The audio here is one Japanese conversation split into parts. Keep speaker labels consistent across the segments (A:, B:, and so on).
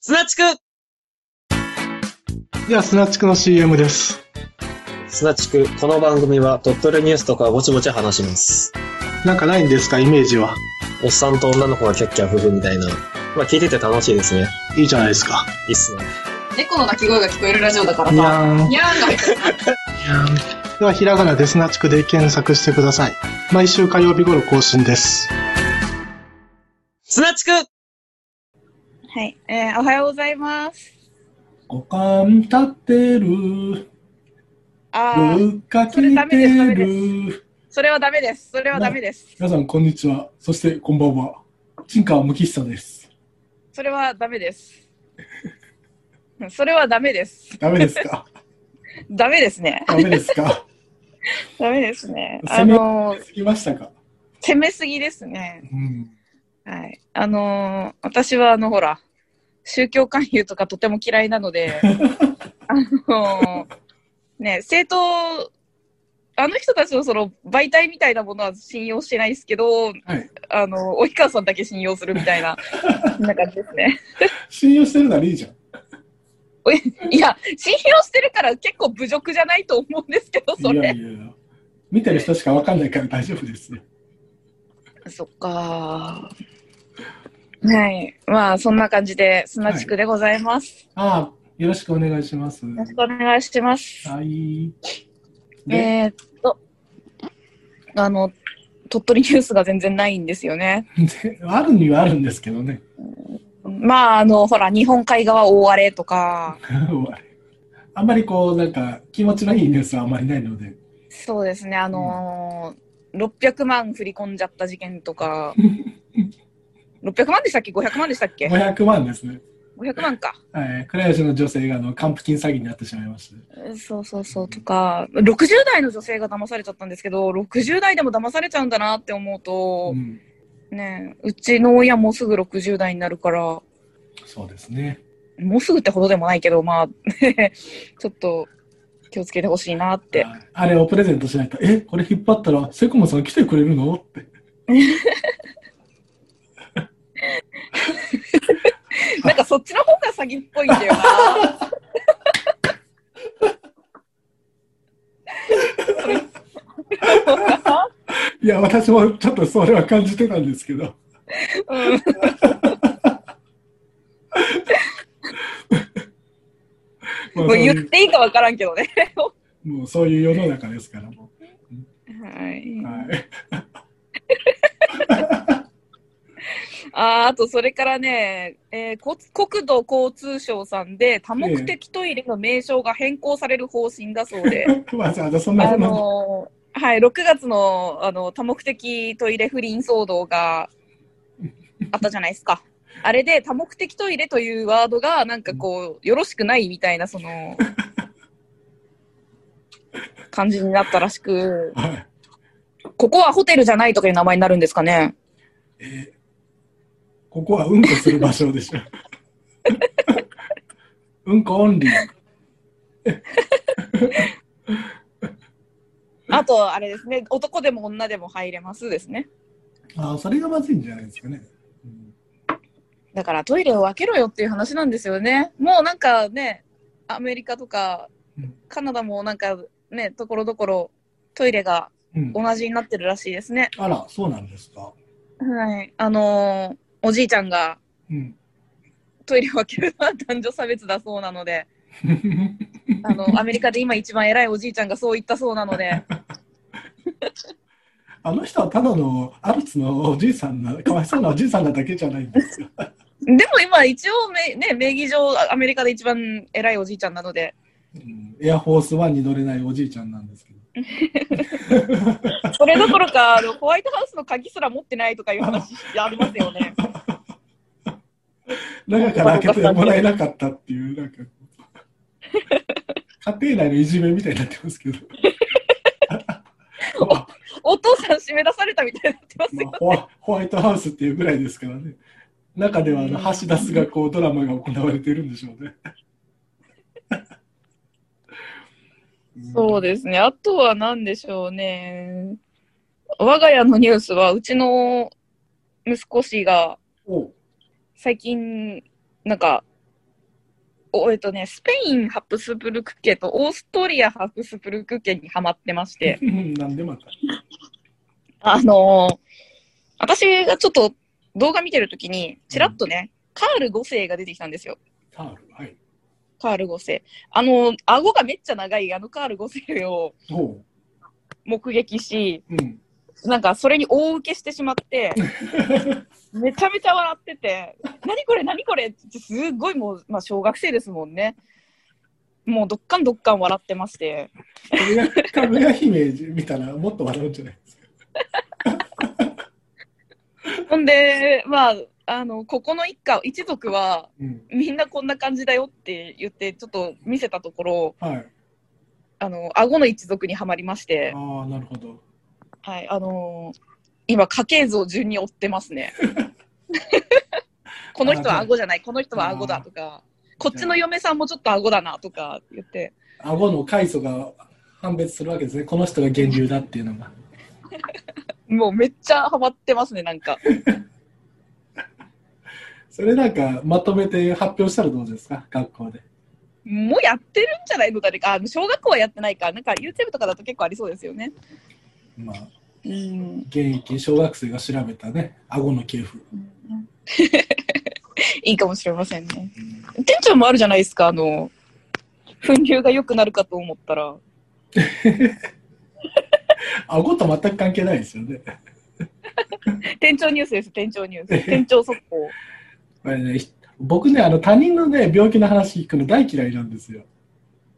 A: 砂地区
B: では、スナチクの CM です。
A: 砂地区、この番組は鳥取ニュースとかぼちぼち話します。
B: なんかないんですか、イメージは。
A: おっさんと女の子がキャッキャ夫婦みたいな。まあ聞いてて楽しいですね。
B: いいじゃないですか。
A: いいっすね。
C: 猫の鳴き声が聞こえるラジオだから
B: に
C: さ。
B: ゃーん。
C: にゃーんが入ってる
B: では、ひらがなでスナチクで検索してください。毎週火曜日頃更新です。
A: 砂地区
D: はい、えーおはようございます。
E: 五感立ってる、
D: あー、
E: 文化
D: それダ
E: 聞
D: メ
E: い
D: ですダメ
E: て
D: で
E: る。
D: それはダメです。それはダメです。
E: 皆さん、こんにちは。そして、こんばんは。陳川無喫茶です。
D: それはダメです。 うんそれはダメです。
E: ダメですか
D: ダメですね。
E: ダメですか
D: ダメですね。あ
E: 攻め
D: のー、
E: 過ぎましたか
D: 攻めすぎですね。
E: うん。
D: はい。あのー、私はあの、ほら、宗教勧誘とかとても嫌いなの で、あのー、ね、政党、あの人たちのその媒体みたいなものは信用してないですけど、
E: はい。
D: あのー、及川さんだけ信用するみたいな、そんな感じですね。
E: 信用してるならいいじゃん。
D: いや、信用してるから結構侮辱じゃないと思うんですけど、そ
E: いや
D: れ。
E: いやいや。見てる人しかわかんないから大丈夫ですよ。
D: そっかー。はい。まあ、そんな感じで、砂地区でございます。
E: ああ、よろしくお願いします。
D: よろしくお願いします。
E: はい。で、
D: えーっと、あの、鳥取ニュースが全然ないんですよね。
E: であるにはあるんですけどね。
D: まあ、あの、ほら、日本海側大荒れとか、
E: あんまりこう、なんか、気持ちのいいニュースはあんまりないので。
D: そうですね、あのー600万振り込んじゃった事件と か、600万でしたっけ ?500 万でしたっけ
E: 500万ですね。
D: ?500 万か。
E: はい、倉吉の女性があの還付金詐欺になってしまいました。
D: そうそうそうとか、60代の女性が騙されちゃったんですけど、60代でも騙されちゃうんだなって思うと
E: う、ん、
D: ねえ、うちの親もうすぐ60代になるから、も
E: そうですね。
D: うすぐってほどでもないけど、まあ、 ちょっと気をつけてほしいなって。
E: ああれをプレゼントしないと、え、これ引っ張ったら、セコムさん来てくれるの って。
D: なんかそっちの方が詐欺っぽいんだよな。それ
E: いや、私もちょっとそれは感じてたんですけど、
D: うん
E: まあ、
D: も
E: そ
D: う
E: うい
D: 言っ
E: う
D: ていいかわからんけどね。
E: もうそういう世の中ですから、も
D: はい。
E: う。はい、
D: あーあとそれからね、えーこ国土交通省さんで多目的トイレの名称が変更される方針だそうで、
E: わざわざそんな
D: あ
E: ことな
D: のー はい、6月のあの多目的トイレ不倫騒動があったじゃないですか。あれで多目的トイレというワードがなんかこう、よろしくないみたいな、その、感じになったらしく、
E: はい
D: ここはホテルじゃないとかいう名前になるんですかね。
E: えーここはうんこする場所でしょ。 うんこオンリー。
D: あと、あれですね、男でも女でも入れますですね。
E: ああ、それがまずいんじゃないですかね。うん
D: だからトイレを分けろよっていう話なんですよね。もうなんかね、アメリカとか
E: うん
D: カナダもなんかね、ところどころトイレが
E: うん、
D: 同じになってるらしいですね。
E: あら、そうなんですか。
D: はい。あのーおじいちゃんが
E: うん。
D: トイレを分けるのは男女差別だそうなの で、あの、アメリカで今一番偉いおじいちゃんがそう言ったそうなので、
E: あの人はただのアルツのおじいさんな、かわいそうなおじいさんなだけじゃないんですよ。
D: でも今一応め、ね、名義上アメリカで一番偉いおじいちゃんなので、
E: うんエアフォースワンに乗れないおじいちゃんなんですけど。
D: それどころか、あのホワイトハウスの鍵すら持ってないとかいう話ありますよね。
E: 中から開けてもらえなかったっていう、なんかこう。家庭内のいじめみたいになってま すけど。まあ
D: お父さん締め出されたみたいになってます
E: まあ
D: よ。
E: ホワ、ホワイトハウスっていうぐらいですからね。中ではあの橋出すがこうドラマが行われているんでしょうね。
D: そうですね。あとは何でしょうね。我が家のニュースは、うちの息子氏が
E: おう
D: 最近、なんか、おえっとね、スペインハプスブルク家とオーストリアハプスブルク家にハマってまして、
E: うんなんでまた。
D: あのー私がちょっと動画見てるときに、ちらっとね、カール5世が出てきたんですよ。
E: タール、はい。
D: カール5世。あのー、顎がめっちゃ長いあのカール5世を
E: おう。
D: 目撃し、
E: うん。
D: なんかそれに大受けしてしまって、めちゃめちゃ笑ってて、何これ何これってすっごいもう、まあ小学生ですもんね。もうどっかんどっかん笑ってまして。
E: かぐやかぐや姫見たらもっと笑うんじゃないですか。
D: ほんで、まあ、あの、ここの一家、一族は、
E: うん。
D: みんなこんな感じだよって言って、ちょっと見せたところ、
E: はい。
D: あの、顎の一族にはまりまして、
E: ああ、なるほど。
D: はい、あのー今、家系図を順に追ってます ね。この人は顎じゃない、この人は顎だとか、こっちの嫁さんもちょっと顎だなとか言って、
E: 顎の階層が判別するわけですね。この人が源流だっていうのが。
D: もうめっちゃハマってますね、なんか。
E: それなんかまとめて発表したらどうですか学校で。
D: もうやってるんじゃないの誰か。あ小学校はやってないか。なんか YouTube とかだと結構ありそうですよね。
E: まあ、
D: うん。
E: 現役小学生が調べたね、顎の系譜。
D: いいかもしれませんね。店長もあるじゃないですか、あの、粉流が良くなるかと思ったら。
E: 顎と全く関係ないですよね。
D: 店長ニュースです、店長ニュース。店長速報。
E: これねひ僕ね、あの他人のね、病気の話聞くの大嫌いなんですよ。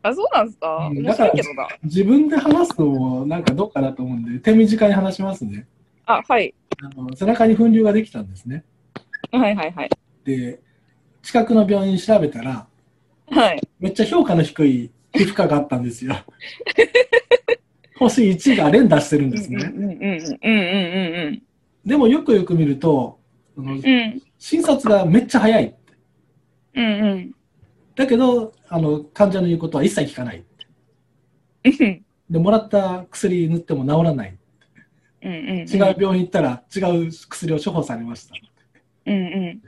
D: あ、そうなんですか
E: うん
D: 面白いけどな。
E: 自分で話すのもなんかどっかだと思うんで、手短に話しますね。
D: あ、はい。
E: あの背中に粉瘤ができたんですね。
D: はいはいはい。
E: で、近くの病院調べたら、
D: はい。
E: めっちゃ評価の低い皮膚科があったんで すよ。星1が連打してる
D: う
E: んです
D: んうん
E: ね。
D: うんうんうん
E: でもよくよく見ると、あの
D: うんうん。うん
E: 診察がめっちゃ早い。
D: うんうん
E: だけど、あの患者の言うことは一切聞かない。
D: うん
E: で、もらった薬塗っても治らない。
D: うん
E: 違う病院行ったら違う薬を処方されました。
D: うん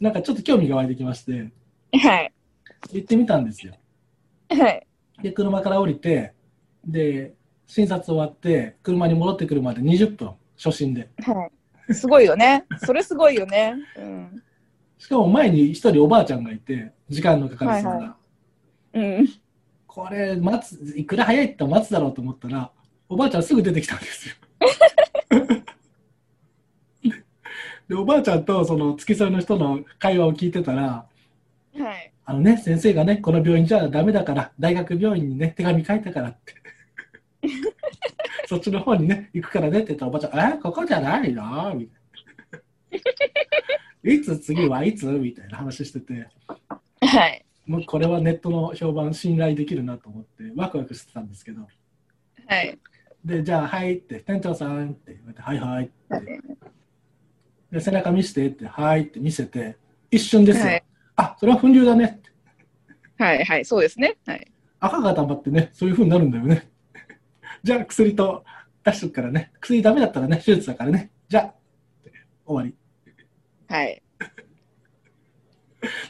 E: なんかちょっと興味が湧いてきまして、
D: うんはい
E: 行ってみたんですよ。
D: はい
E: で、車から降りて、で、診察終わって、車に戻ってくるまで20分、初診で。
D: はいすごいよねそれすごいよねうん
E: しかも前に一人おばあちゃんがいて、時間のかかるそうな、
D: はいはうん
E: これ、待つ、いくら早いって待つだろうと思ったら、おばあちゃんすぐ出てきたんですよ。 で、おばあちゃんとその付き添いの人の会話を聞いてたら、
D: はい
E: あのね、先生がね、この病院じゃダメだから、大学病院にね、手紙書いたからって。そっちの方にね、行くからねって言ったらおばちゃん、えここじゃないのみたいな。いつ次はいつみたいな話してて、
D: はい
E: もうこれはネットの評判信頼できるなと思って、ワクワクしてたんですけど、
D: はい
E: で、じゃあ、はいって、店長さんって言われて、はいはいって。で、背中見せてって、はいって見せて、一瞬ですよ。
D: はい
E: あ、それは粉瘤だねって。
D: はいはいそうですねはい
E: 赤が溜まってね、そういう風になるんだよね。 じゃあ薬と出しとくからね、薬ダメだったらね、手術だからね、じゃあ、終わ
D: はい
E: り。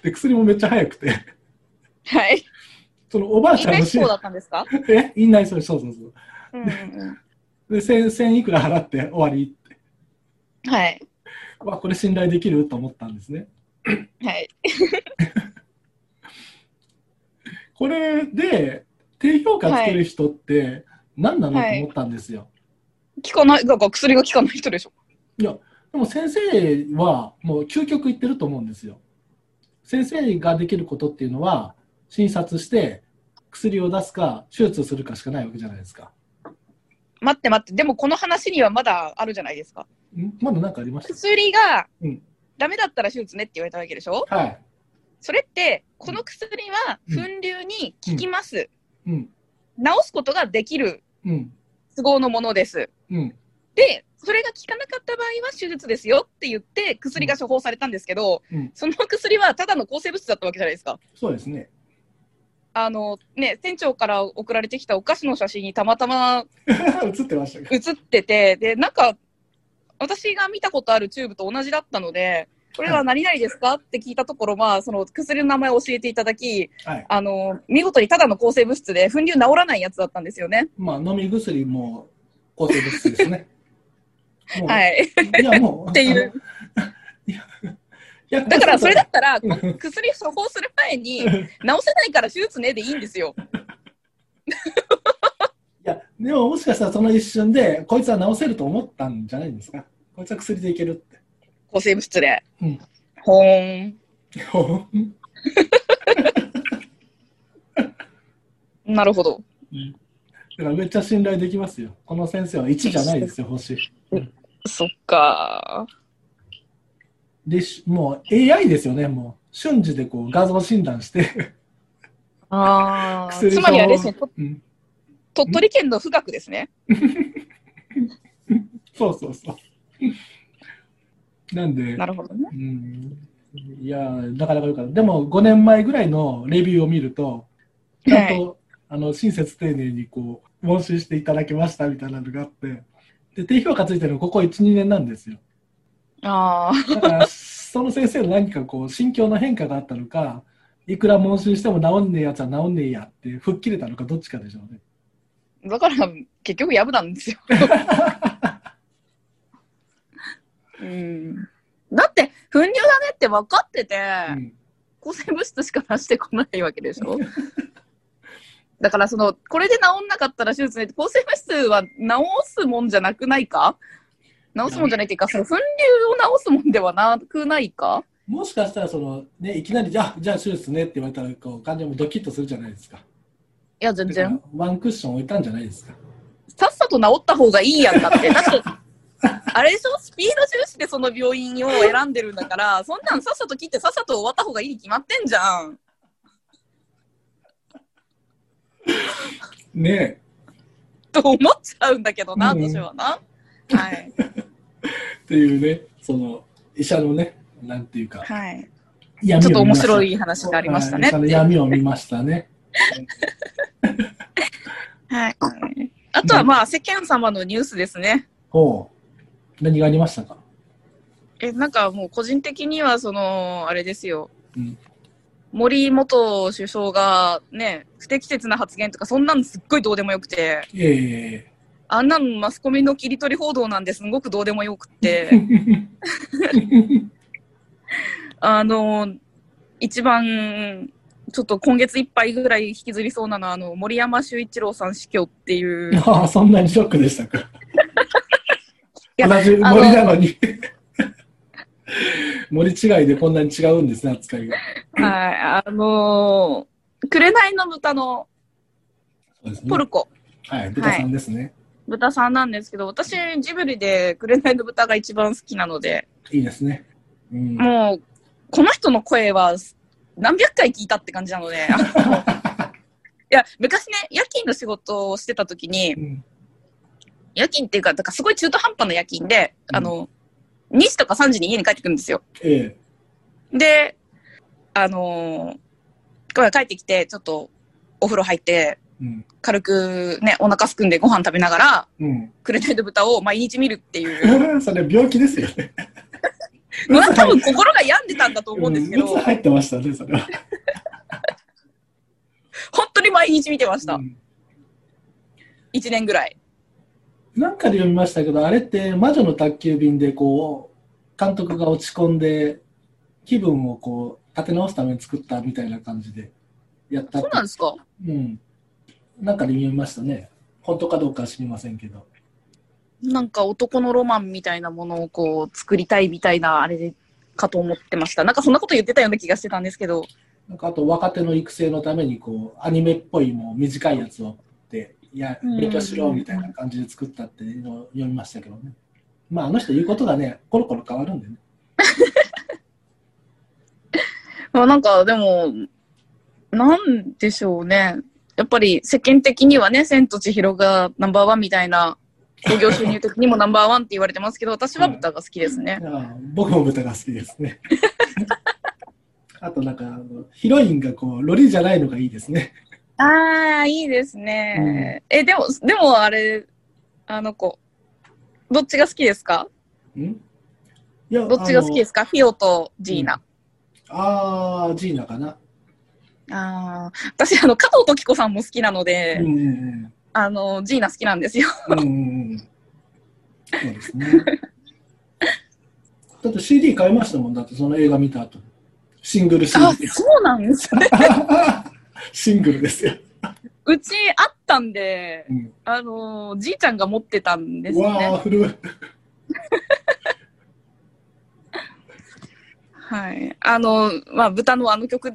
E: で、薬もめっちゃ早くて、
D: はい
E: そのおばあ
D: 院
E: ちゃん
D: 内
E: の
D: 志
E: し
D: 向だったんですか
E: え、院内そうそうそうそう。
D: うんうん
E: で、千千いくら払って終わりって。
D: うんはい
E: わ、これ信頼できると思ったんですね。
D: はい
E: これで、低評価つける人って何なのと
D: はい
E: 思ったんですよ。
D: 効かないなんか薬が効かない人でしょ
E: でも先生はもう究極言ってると思うんですよ。先生ができることっていうのは診察して薬を出すか手術するかしかないわけじゃないですか。
D: 待って待ってでもこの話にはまだあるじゃないですか
E: んまだ何かありまし
D: 薬が
E: うん
D: ダメだったら手術ねって言われたわけでしょ
E: たはい。
D: それってこの薬は粉瘤に効きます、
E: うん。
D: 治すことができる
E: うん。
D: 都合のものです
E: うん。
D: でそれが効かなかった場合は手術ですよって言って薬が処方されたんですけど、
E: うん
D: その薬はただの抗生物質だったわけじゃないですか
E: そうですね。
D: あのね店長から送られてきたお菓子の写真にたまたま
E: 映ってましたか
D: 写っててでなんか私が見たことあるチューブと同じだったのでこれは何々ですかって聞いたところ、まあ、その薬の名前を教えていただき、
E: はい。
D: あの、見事にただの抗生物質で、粉瘤治らないやつだったんですよね。
E: まあ、飲み薬も抗生物質で すね。もう
D: はい。
E: いや、もう。
D: っていう
E: あの。いや
D: だ
E: 薬物
D: から、それだ
E: は
D: ったら、こ薬処方する前に、治せないから手術ねでいいんですよ。
E: いや、でももしかしたらその一瞬で、こいつは治せると思ったんじゃないんですか。こいつは薬でいけるって。
D: 抗生物質で。
E: うん
D: ほーん。なるほど。
E: だからめっちゃ信頼できますよ。この先生は1じゃないですよ、星。
D: そっか
E: で、しもう AI ですよね、もう。瞬時でこう画像診断して。
D: ー。あ
E: 薬
D: つまりあれですね、と
E: うん
D: 鳥取県の富岳ですね。
E: そうそう そう。なんで、
D: なるほどね。
E: うん。いやー、なかなかよかった。でも5年前ぐらいのレビューを見ると、ちゃんと、あの親切丁寧にこう問診していただきましたみたいなのがあって、で低評価ついてるのここ1、2年なんですよ。
D: あー。
E: だから、その先生の何かこう、心境の変化があったのか、いくら問診しても治んねえやつは治んねえやって、吹っ切れたのか、どっちかでしょうね。
D: だから、結局、やぶなんですよ。うん。だって、粉瘤だねって分かってて、
E: うん
D: 抗生物質しか出してこないわけでしょだから、その、これで治んなかったら手術ねって、抗生物質は治すもんじゃなくないか治すもんじゃないっていうか、その粉瘤を治すもんではなくないか
E: もしかしたら、その、ね、いきなり、じゃあ、じゃあ手術ねって言われたら、こう、患者もドキッとするじゃないですか。
D: いや、全然。
E: ワンクッション置いたんじゃないですか。
D: さっさと治った方がいいやんだって。だって、あれでしょスピード重視でその病院を選んでるんだから、そんなんさっさと切ってさっさと終わった方がいいに決まってんじゃん。
E: ね
D: と思っちゃうんだけどな、
E: うん
D: 私はな。はい。
E: え。っていうね、その、医者のね、なんていうか、
D: はい。
E: ちょ
D: ちょっと面白い話がありましたね
E: 医。者の闇を見ましたね。
D: はい。あとはまあ、世間様のニュースですね。
E: ほう。何がありましたか
D: え、なんかもう個人的には、その、あれですよ。
E: うん
D: 森元首相がね、不適切な発言とか、そんなんすっごいどうでもよくて。
E: え
D: あんなのマスコミの切り取り報道なんですごくどうでもよくっ
E: え
D: てあの一番ちょっと今月いっぱいぐらい引きずりそうなのはあの森山修一郎さん死去って いう
E: ああ、そんなにショックでしたか。
D: や
E: 同じ
D: あの
E: 森なのに。 森違いでこんなに違うんですね、扱いが。
D: はいあの紅の豚の
E: そうです
D: ポ
E: ね
D: ル。コ、
E: はい、豚さんですね。
D: 豚さんなんですけど私ジブリで紅の豚が一番好きなので
E: い、いですね。うん、
D: もうこの人の声は何百回聞いたって感じなの で。あのいや昔ね夜勤の仕事をしてた時に、
E: うん
D: 夜勤っていうか、だからすごい中途半端な夜勤で、
E: うん
D: あの、2時とか3時に家に帰ってくるんですよ。
E: え
D: で、あのーこれ帰ってきて、ちょっとお風呂入って、
E: え。うん。
D: 軽くね、お腹すくんでご飯食べながら、
E: う
D: くれない豚を毎日見るっていう。
E: ん。 それ病気ですよね。
D: まあ多分心が病んでたんだと思うんですけど、
E: うつ
D: 本
E: 入ってましたね、それは。
D: 当に毎日見てました
E: う。ん
D: 1年ぐらい。
E: なんかで読みましたけど、あれって魔女の宅急便でこう、監督が落ち込んで、気分をこう、立て直すために作ったみたいな感じでやったっ
D: そ
E: て
D: うなんですか
E: うん。なんかで見ましたね。本当かどうかは知りませんけど。
D: なんか男のロマンみたいなものをこう、作りたいみたいな、あれで、かと思ってました。なんかそんなこと言ってたような気がしてたんですけど、
E: なんかあと若手の育成のためにこうアニメっぽいもう短いやつをっていや
D: うん
E: 勉強しろみたいな感じで作ったっていうのを読みましたけどね。まああの人言うことがねコロコロ変わるんでね。
D: まあなんかでも、なんでしょうね。やっぱり世間的にはね、千と千尋がナンバーワンみたいな、興行収入的にもナンバーワンって言われてますけど、私は豚が好きですね。
E: ああ僕も豚が好きですね。あとなんかあのヒロインがこうロリじゃないのがいいですね。
D: ああ、いいですね。え、でも、でもあれ、あの子、どっちが好きですか
E: ん？いや
D: どっちが好きですかフィオとジーナ。
E: あのあー、ジーナかな。
D: ああ、私、あの、加藤時子さんも好きなので、
E: うんうん
D: あの、ジーナ好きなんですよ。
E: うん。うんうんうん。そうですね。だって CD 買いましたもん、だってその映画見た後。シングル
D: あ
E: CD。
D: そうなんですね。
E: シングルですよ。
D: うちあったんで
E: う、ん、
D: あの、じいちゃんが持ってたんです
E: うわ
D: ね。
E: あ、古い。
D: はい。あの、まあ、豚のあの曲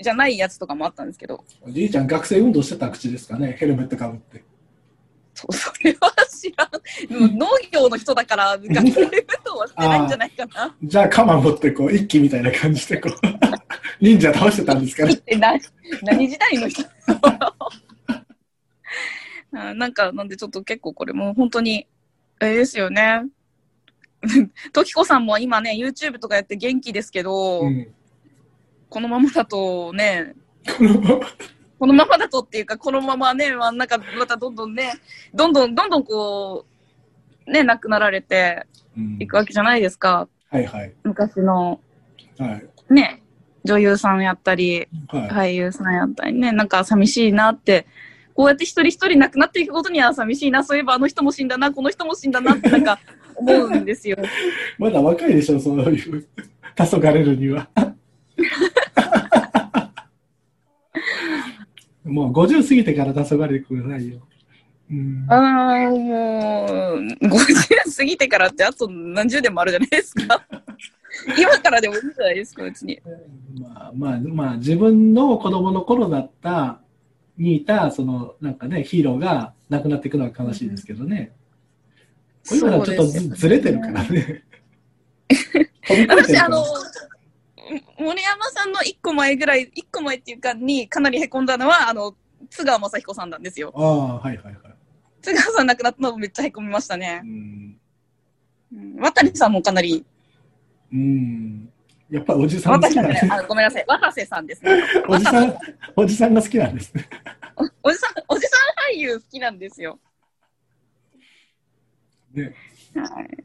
D: じゃないやつとかもあったんですけど、
E: おじいちゃん、学生運動してた口ですかね、ヘルメットかぶって。
D: そうそれは知らん。でも農業の人だから、学生運動はしてないんじゃないかな。
E: じゃあ、鎌持って、こう、一気みたいな感じで、こう、 忍者倒してたんですかね。
D: えな何時代の人 あなんかなんでちょっと結構これもう本当にあれですよね 時子さんも今ね YouTube とかやって元気ですけど、
E: うん。
D: このままだとね
E: この
D: このままだとっていうかこのままねまあなんかまたどんどんねどんどんどんどんこうね亡くなられて
E: うん
D: いくわけじゃないですか
E: はいはい。
D: 昔の
E: はい。
D: ね女優さんやったり
E: は
D: 俳
E: い。
D: 優さんやったりねなんか寂しいなってこうやって一人一人亡くなっていくことには寂しいなそういえばあの人も死んだなこの人も死んだなってなんか思うんですよ。
E: まだ若いでしょ、そういう。 黄昏るには。 もう50過ぎてから黄昏れてくださいよ。うん
D: あ。ーもう50過ぎてからってあと何十年もあるじゃないですか。 今からでもいいじゃないですか別に。
E: まあまあまあ、自分の子供の頃だった、にいた、その、なんかね、ヒーローが亡くなっていくのは悲しいですけどね。今のはちょっとず,、
D: そうです
E: ず
D: よね
E: れて るからね。飛び越
D: 私
E: えてる
D: あ
E: から
D: の森山さんの一個前ぐらい一個前っていうかにかなりへこんだのはあの津川雅彦さんなんですよ。
E: ああ、はいはいはい。
D: 津川さん亡くなったのめっちゃへこみましたね
E: う。ん。
D: うん渡さんもかなり
E: うん。やっぱりおじさん好
D: 私
E: き
D: じゃ
E: な
D: な
E: んで
D: い
E: すね。
D: あごめんなさい、渡瀬さんですね。
E: おじさん、おじさんが好きなんですね。
D: おじさん、おじさん俳優好きなんですよ。
E: ね
D: はい。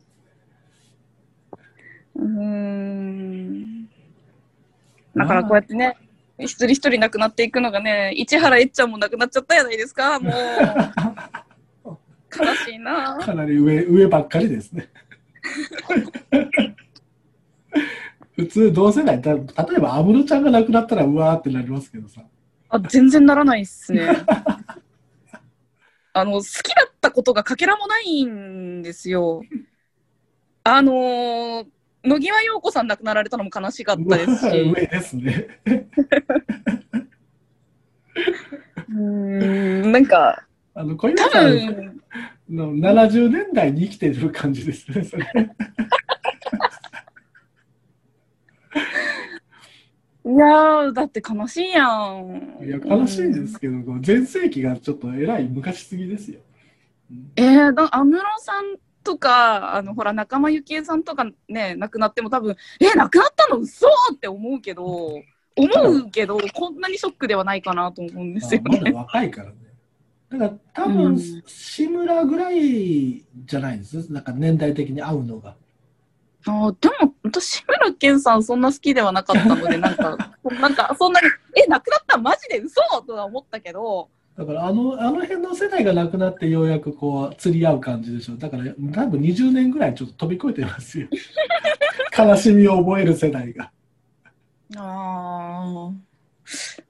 D: うーん。だからこうやってね、一人一人亡くなっていくのがね、市原えっちゃんも亡くなっちゃったじゃないですか、もう。悲しいな。
E: かなり上上ばっかりですね。普通同世代だ例えば安室ちゃんが亡くなったらうわーってなりますけどさ
D: あ、全然ならないっす ね。あの、好きだったことがかけらもないんですよ。あのー野際陽子さん亡くなられたのも悲しかっ
E: う
D: たで
E: わ
D: す
E: ー
D: し。
E: 上ですね
D: うーん、なんか、
E: あの
D: 多
E: 小岩さん
D: 分、
E: の70年代に生きてる感じですねそれ
D: いやー、だって悲しいやん。
E: いや悲しいですけどこう全盛期がちょっとえらい昔すぎですよ、うん
D: えー、だ安室さんとか、あの、ほら、仲間由紀恵さんとかね、亡くなっても多分、えー、亡くなったの嘘って思うけど、思うけど、こんなにショックではないかなと思うんですよ
E: まあ
D: ね
E: ま。だ若いからねだから多
D: う
E: 分
D: ん
E: 志村ぐらいじゃないですなんか年代的に合うのが
D: あーでも、私、志村けんさん、そんな好きではなかった ので、なんか、なんか、そんなに、え、亡くなったマジで嘘とは思ったけど、
E: だからあのあの辺の世代がなくなってようやくこう釣り合う感じでしょだから多分20年ぐらいちょっと飛び越えてま すよ悲しみを覚える世代が
D: ああ、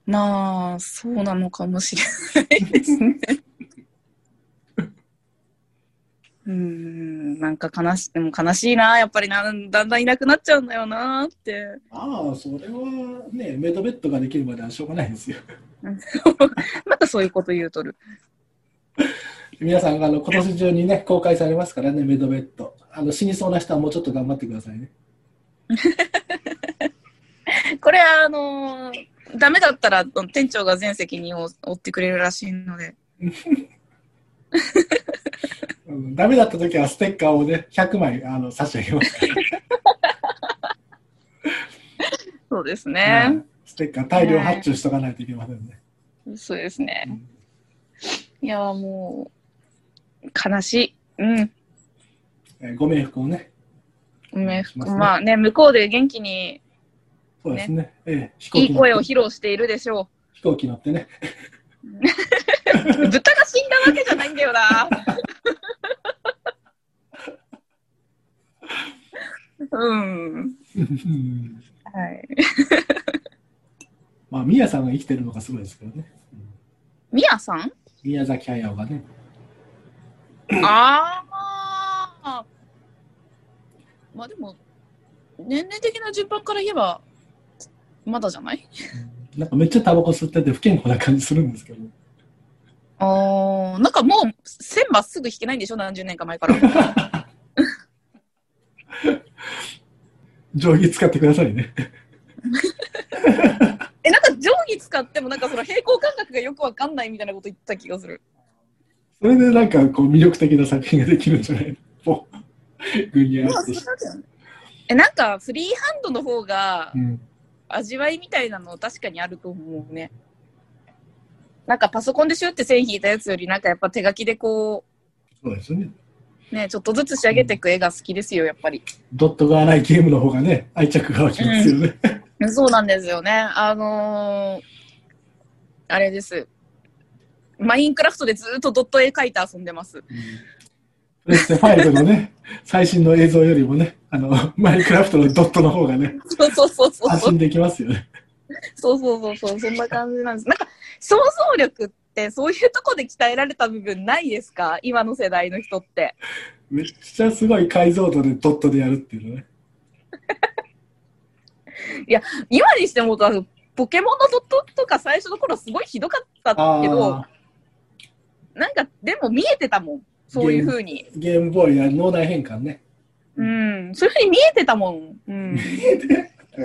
D: まあ、そうなのかもしれないです ね。うーん、なんか悲し、でも悲しいな、やっぱりな、だんだんいなくなっちゃうんだよなって。
E: ああそれはねメドベッドができるまではしょうがないですよ
D: またそういうこと言うとる。
E: 皆さんあの今年中にね公開されますからねメドベッドあの死にそうな人はもうちょっと頑張ってくださいね
D: これ、あのーダメだったら、店長が全責任を負ってくれるらしいので。
E: あのダメだった時はステッカーをね100枚あの差し上げますか
D: そうです
E: ら、
D: ね。
E: ステッカー大量発注しとかないといけませんね、
D: そうです
E: う
D: ね。
E: ん
D: いや、もう、悲しい。うん。
E: えーご冥福をね
D: め
E: しますね
D: まあね、向こうで元気に
E: そうですね。ええ、飛
D: いい声を
E: 飛
D: 披露しているでしょ
E: 行機乗ってね。
D: う。 豚が死んだわけじゃないんだよな。 うん。
E: うん
D: はい。
E: まあ、宮さんが生きてるのがすごいですけどね。
D: みやさん
E: 宮崎駿がね。
D: ああ。まあでも、年齢的な順番から言えば、まだじゃない
E: なんかめっちゃタバコ吸ってて不健康な感じするんですけど。
D: ああ、なんかもう、線まっすぐ引けないんでしょ何十年か前 から。
E: 定規使ってくださいね。
D: え、なんか定規使っても、なんかその平行感覚がよくわかんないみたいなこと言った気がする。
E: それでなんかこう魅力的な作品ができるんじゃないのぐにゃ
D: まあ
E: っ
D: そ
E: と
D: う
E: して。
D: だよねえ、なんかフリーハンドの方が
E: うん。
D: 味わいみたいなの確かにあると思うね。なんかパソコンでシュって線引いたやつより、なんかやっぱ手書きでこ
E: そうですね。
D: う、ね、ちょっとずつ仕上げていく絵が好きですよ、やっぱり。
E: ドットが荒いゲームの方がね、愛着が湧きますよね。
D: そうなんですよね。あのーあれです。マインクラフトでずっとドット絵描いて遊んでます。
E: プレステ5のね、最新の映像よりもね、あの、マインクラフトのドットの方がね、
D: そうそうそうそう。そう
E: 安心できますよね。
D: そうそうそう。そんな感じなんです。なんか、想像力ってそういうとこで鍛えられた部分ないですか今の世代の人って。
E: めっちゃすごい解像度でドットでやるっていうのね。
D: 今にしても、あのポケモンのドットとか最初の頃すごいひどかったけど、
E: ああ、
D: なんか、でも見えてたもん。そういう風に。
E: ゲームボーイや脳内変換ね。
D: うん。そういう風に見えてたもん。うん。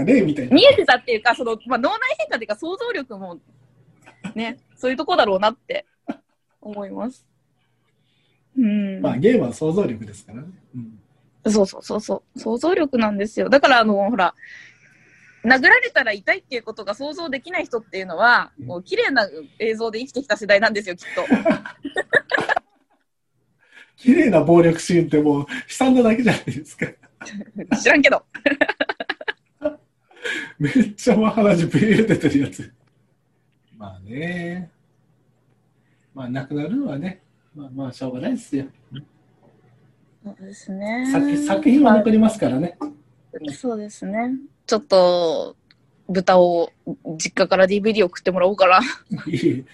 E: 例みたいな。
D: 見えてたっていうか、その、まあ、脳内変化っていうか、想像力も、ね、そういうとこだろうなって思います。うん。
E: まあゲームは想像力ですからね。うん
D: そうそうそうそう。想像力なんですよ。だから、あの、ほら、殴られたら痛いっていうことが想像できない人っていうのは、もう綺麗な映像で生きてきた世代なんですよ、きっと。
E: 綺麗な暴力シーンってもう悲惨なだけじゃないですか。
D: 知らんけど。
E: めっちゃマハラジビール出てるやつ。まあね。まあなくなるのはね、まあまあしょうがないですよ。
D: そうですね
E: 作作品は残りますからね。
D: そうですね。ちょっと、豚を実家から DVD 送ってもらおうかな。
E: いい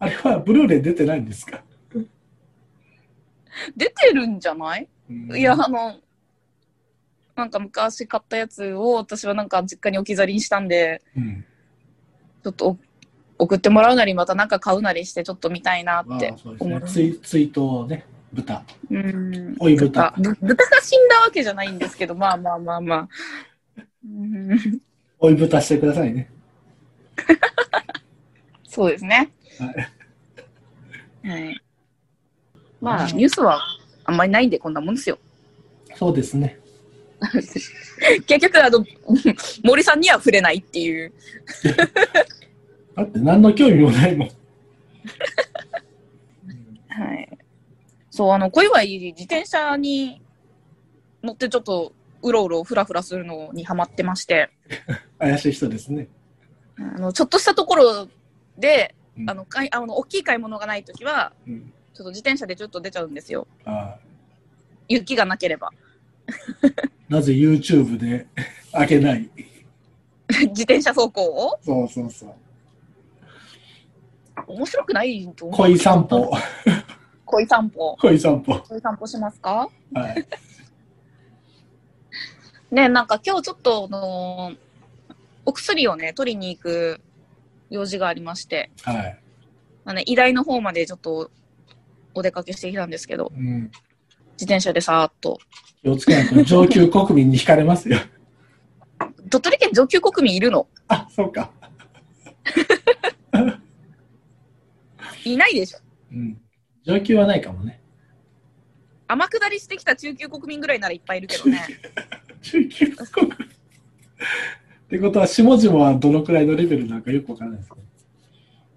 E: あれはブルーレイ出てないんですか、
D: 出てるんじゃない
E: うん
D: いや、あの、なんか昔買ったやつを私はなんか実家に置き去りにしたんで、
E: うん
D: ちょっとお送ってもらうなり、またなんか買うなりして、ちょっと見たいな
E: まあ
D: って
E: そうです
D: 思う
E: ね。。追追悼をね、豚。
D: うん。
E: 追い豚。
D: ぶ豚が死んだわけじゃないんですけど、まあまあまあまあ。うん
E: 追い豚してくださいね。
D: そうですね。
E: はい
D: はい。まあ、ニュースはあんまりないんで、こんなもんですよ。
E: そうですね。
D: 結局、あの、 森さんには触れないっていう。
E: だって何の興味もないもん。
D: はい。そう、あの、小祝自転車に乗ってちょっとうろうろふらふらするのにハマってまして、
E: 怪しい人ですね。
D: あの、ちょっとしたところで、
E: うん
D: あの、かいあの大きい買い物がないときは、
E: うん
D: ちょっと自転車でちょっと出ちゃうんですよ。
E: あ
D: 雪がなければ。
E: ーなぜ YouTube で開けない
D: 自転車走行を
E: そうそうそう。
D: 面白くないと思う。
E: 恋散歩。
D: 恋散歩。
E: 恋散歩。
D: 恋散歩しますか
E: はい。
D: ねなんか今日ちょっと、あのお薬をね、取りに行く用事がありまして、
E: はい。
D: まあね、医大の方までちょっとお出かけしてきたんですけど、
E: うん。
D: 自転車でさーっと。
E: 気をつけないと上級国民に惹かれますよ。
D: 鳥取県上級国民いるの
E: あ、そうか。
D: いないでしょ。
E: うん。上級はないかもね。
D: 天下りしてきた中級国民ぐらいならいっぱいいるけどね。
E: 中級国民。ってことは、下々はどのくらいのレベルなのかよくわからないですけど。